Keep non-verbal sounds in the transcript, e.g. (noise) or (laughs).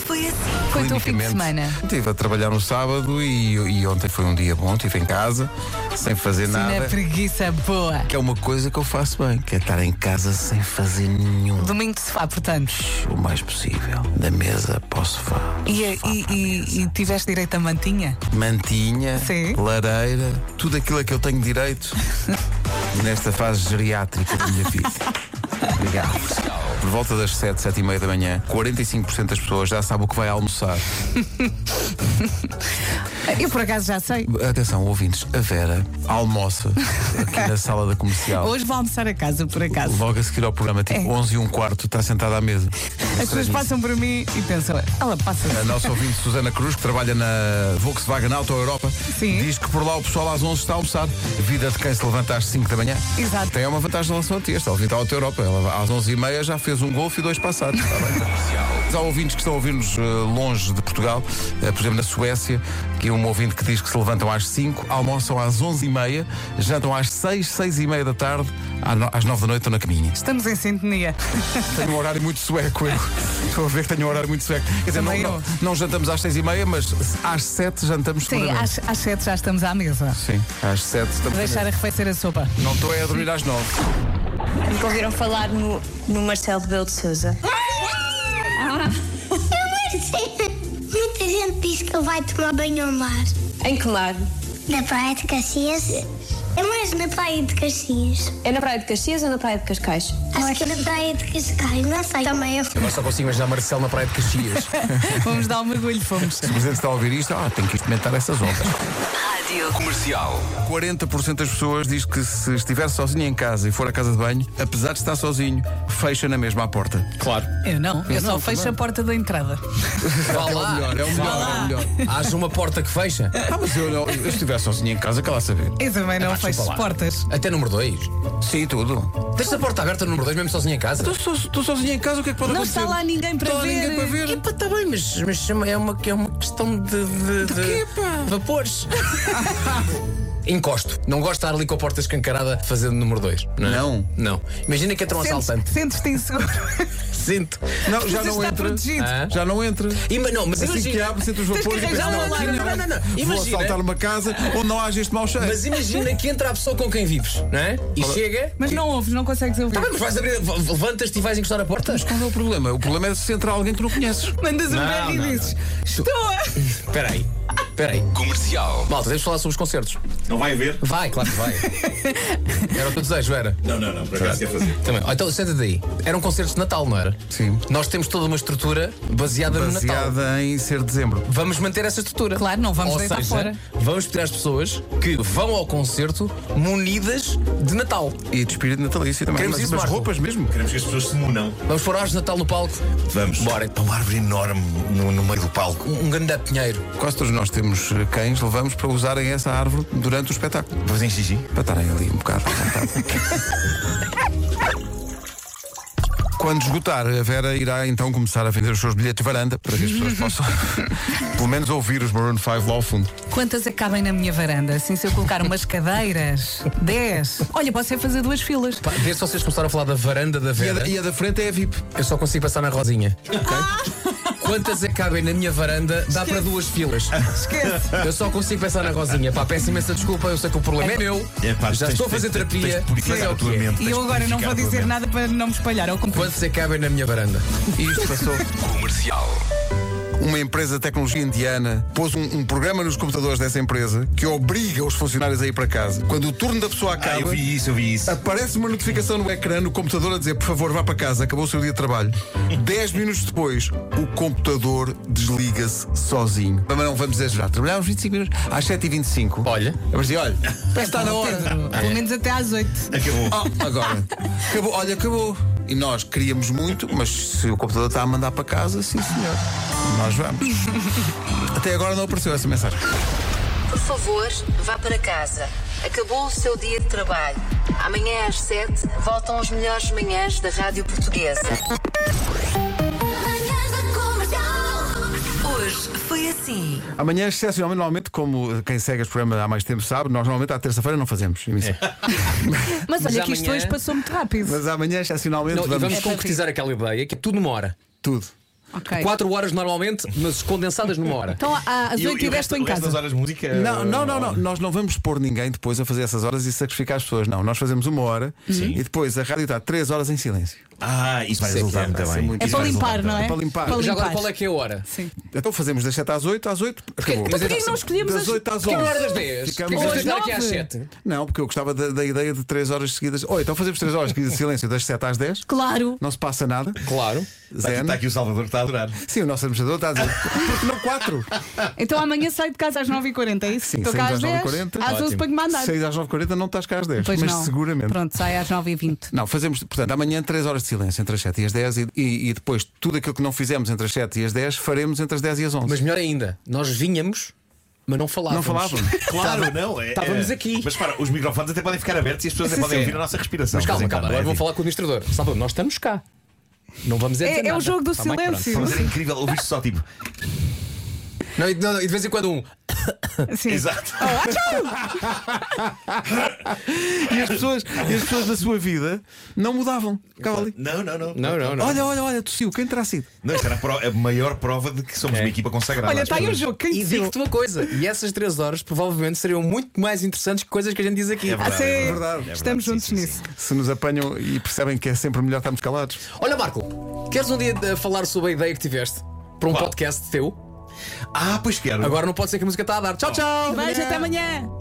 foi assim. Foi o teu fim de clinicamente. semana. Estive a trabalhar no sábado e, e ontem foi um dia bom, estive em casa, sem fazer Na nada. preguiça boa. Que é uma coisa que eu faço bem, que é estar em casa sem fazer nenhum. Domingo de sofá, portanto. O mais possível. Da mesa para o sofá. do E, sofá e- para a e- mesa. e tiveste direito à mantinha? Mantinha, Sim. lareira, tudo aquilo a que eu (laughs) tenho direito nesta fase geriátrica da minha vida. Obrigado. Por volta das 7, 7 e meia da manhã, 45% das pessoas já sabem o que vai almoçar. Eu por acaso já sei. Atenção, ouvintes, a Vera almoça aqui na sala da (laughs) comercial. Hoje vou almoçar a casa, por acaso. Logo a seguir ao programa, tipo É. 11 e um quarto, está sentada à mesa. As pessoas passam por mim e pensam, ela passa A nossa ouvinte Susana Cruz, que trabalha na Volkswagen Auto Europa, Sim. diz que por lá o pessoal às 11 está a almoçar. Vida de quem se levanta às 5 da manhã. Exato. Tem uma vantagem em relação a ti, esta ouvinte da Auto Europa. Ela às 11h30 já fez um golfe e dois passados. Está bem. Mas Há ouvintes que estão a ouvir-nos eh, longe de Portugal, eh, por exemplo, na Suécia, que é um ouvinte que diz que se levantam às 5, almoçam às 11h30, jantam às 6, 6h30 da tarde, à no- às 9 da noite estão na caminha. Estamos em sintonia. Tenho um horário muito sueco. eu. Estou a ver que tenho um horário muito sueco. Quer dizer, não, Também não, eu. não jantamos às seis e meia, mas às sete jantamos Sim, seguramente. às, às sete já estamos à mesa. Sim, às sete estamos. Deixar arrefecer a sopa. Não estou é a dormir às nove. Nunca ouviram falar no, no Marcelo Rebelo de Souza? Ah! Muita gente diz que ele vai tomar banho ao mar. Em que lado? Na praia de Caxias? É mais na praia de Caxias. É na Praia de Caxias ou na Praia de Cascais? Acho que é na praia de Cascais, não sei. Também é eu. Agora só consigo imaginar Marcelo na Praia de Caxias. (laughs) Vamos dar um mergulho, fomos. Se o presidente está a ouvir isto, ah, tenho que experimentar essas ondas. Comercial. 40% das pessoas diz que se estiver sozinho em casa e for à casa de banho, apesar de estar sozinho, fecha na mesma à porta. Claro. Eu não, eu só fecho a porta da entrada. Vá lá. É o melhor, é o melhor. Haja uma porta que fecha. Ah, mas eu, não- eu, se estiver sozinho em casa, que lá saber. Eu também não Pá, chupa fecho lá. portas. Até número 2. Sim, tudo. Deixa a porta aberta no número 2, mesmo sozinho em casa. Estou so- estou sozinho em casa, o que é que pode Não acontecer? está lá ninguém para Não há ver. ninguém para ver. Epá, está bem, mas, mas chama- é, uma, é uma questão de. De, de quê, pá? Vapores. (laughs) Encosto. Não gosto de estar ali com a porta escancarada fazendo número 2. Não. é? Não. Não. Imagina que entra um assaltante. Sentes- Sentes-te inseguro. Sinto. Não, já Mas não está entra. protegido. Ah. Já não entra. Ima- não, mas Assim que imagina. abre, sente os Tens que vapores e pensa, arranjar não, um aqui alarme. não, Não, não, não. vou Imagina. assaltar uma casa onde não haja este mau cheiro. Mas imagina que entra a pessoa com quem vives, não é? E chega. Mas não ouves, não consegues ouvir. Tá bem, mas vais abrir. v- Levantas-te e vais encostar a porta? Qual é o problema? O problema é se entra alguém que tu não conheces. Mandas um Não, berro e não, dizes: Estou! Espera aí. Espera aí. Comercial. Malta, devemos falar sobre os concertos. Não vai haver? Vai, (laughs) claro que vai. Era o teu desejo, era. Não, não, não, por acaso ia fazer. Também. Ó, Então, senta-te aí. Era um concerto de Natal, não era? Sim. Nós temos toda uma estrutura baseada, no Natal. Baseada em ser dezembro. Vamos manter essa estrutura. Claro, não vamos Ou deitar seja, fora. Vamos pedir às pessoas que vão ao concerto munidas de Natal. E de espírito natalício também. Queremos mas isso, mas Marco. roupas mesmo. Queremos que as pessoas se munam. Vamos pôr horas de Natal no palco. Vamos. Bora. Há É uma árvore enorme no, no meio do palco. Um, um grande pinheiro. Quase todos nós temos eh, cães, levamos para usarem essa árvore durante o espetáculo. Vamos em xixi? Para estarem ali um bocado à vontade. Quando esgotar, a Vera irá então começar a vender os seus bilhetes de varanda para que as pessoas (laughs) possam, pelo menos, ouvir os Maroon 5 lá ao fundo. Quantas acabem na minha varanda? Assim, se eu colocar umas cadeiras, 10. Olha, posso é fazer duas filas. Pá, Desde vocês começaram a falar da varanda da E a, Vera. da- e a da frente é a VIP. Tipo, Eu só consigo passar na rosinha. ok? Ah! Quantas acabem na minha varanda, dá para duas filas. Esquece. Eu só consigo pensar na rosinha. Pá, peço imensa desculpa, eu sei que o problema é meu. É, pá, Já tens- estou a fazer tens- tens- terapia. tens de purificar mas é o a tua que é. mente. E eu agora não vou dizer nada para não me espalhar. Ao completo. Quantos é que cabem na minha (laughs) varanda? E isto passou. Comercial. Uma empresa de tecnologia indiana pôs um, um programa nos computadores dessa empresa que obriga os funcionários a ir para casa. Quando o turno da pessoa Ah, eu acaba, vi isso, eu vi isso. aparece uma notificação no ecrã no computador a dizer: por favor, vá para casa, acabou o seu dia de (laughs) trabalho. Dez minutos depois, o computador desliga-se sozinho. Mas não vamos exagerar. Trabalhámos 25 minutos às 7h25. Olha. Eu disse, olha, parece que está na hora. Pedro, Pelo menos até às 8. Acabou. Oh, agora. Acabou, olha, acabou. E nós queríamos muito, mas se o computador está a mandar para casa, sim senhor. Nós (laughs) vamos. Até agora não apareceu essa mensagem. Por favor, vá para casa. Acabou o seu dia de trabalho. Amanhã às 7 voltam as melhores manhãs da Rádio Portuguesa. Hoje foi assim. Amanhã, excepcionalmente, normalmente, como quem segue este programa há mais tempo sabe, nós normalmente à terça-feira não fazemos emissão. Mas olha que isto amanhã- hoje passou muito rápido. Mas amanhã, excepcionalmente, Não, e vamos, vamos concretizar aquela ideia que é tudo numa hora. tudo. Ok. 4 horas normalmente, mas condensadas numa hora. Então à- às E o- 8 e e o 10 estou em resto- o resto casa. das horas de música. Não, não, eh, não, não. Nós não vamos pôr ninguém depois a fazer essas horas e sacrificar as pessoas, não. Nós fazemos uma hora e depois a rádio está três horas em silêncio. Ah, isso vai Sei que resultar é, muito vai ser bem. muito É Isso para vai resultar limpar, muito não é? Para limpar. Para Já agora limpar. qual é que é a hora? Sim. Então fazemos das 7 às 8, às 8, acabou. Mas é Porquê que não escolhemos Das as... 8 às Porquê que 11. não era das 10? Ficamos Porquê que às tens de estar aqui às 9? 7? Não, porque eu gostava da, da ideia de 3 horas seguidas. Ou então fazemos 3 horas seguidas de silêncio das 7 às 10. Claro. Não se passa nada. Claro. bem. Está Tá aqui- Zen. Está aqui o Salvador que está a adorar. Sim, o nosso administrador está a dizer. Porque não 4? Então amanhã saio de casa às 9h40, é isso? Sim, Estou cá saímos às às 10 9h40. às 11 para me mandar. 6 às 9h40 não estás cá às 10. Pois mas não. seguramente. Pronto, sai às 9h20. Não, fazemos, portanto, amanhã 3 horas de silêncio entre as 7 e as 10 e, e- e depois tudo aquilo que não fizemos entre as 7 e as 10 faremos entre as 10 e as 11. Mas melhor ainda, nós vinhamos, mas não falávamos. não falavam? (laughs) Claro, não. é- Estávamos é- aqui. Mas para, os microfones até podem ficar abertos e as pessoas até Sim, podem sim. ouvir a nossa respiração. Mas de calma, vez em calma, quando, agora não é? vou falar com o administrador. Salvador, nós estamos cá. Não vamos É- dizer é o nada. jogo do Tá bem, pronto. silêncio. Mas era incrível ouvir só tipo. Não, e- não, e de vez em quando um. Sim. Exato. Ah, e, as pessoas, e as pessoas da sua vida não mudavam. Ficava ali. Não, não, não. Não, não, não. Olha, olha, olha, tossiu, quem terá sido? Não, isto era a, pro- a maior prova de que somos uma equipa consagrada. Olha, às está aí o pessoas. jogo. Quem E decidiu? digo-te uma coisa, e essas três horas provavelmente seriam muito mais interessantes que coisas que a gente diz aqui. É Ah, verdade. sim. é verdade. É Estamos sim, juntos sim, sim. nisso. Se nos apanham e percebem que é sempre melhor estarmos calados. Olha, Marco, queres um dia eh, falar sobre a ideia que tiveste para um Qual? podcast teu? Ah, pois quero. Hum. Agora não pode ser que a música está a tá dar. Tchau, tchau! Beijo, até amanhã.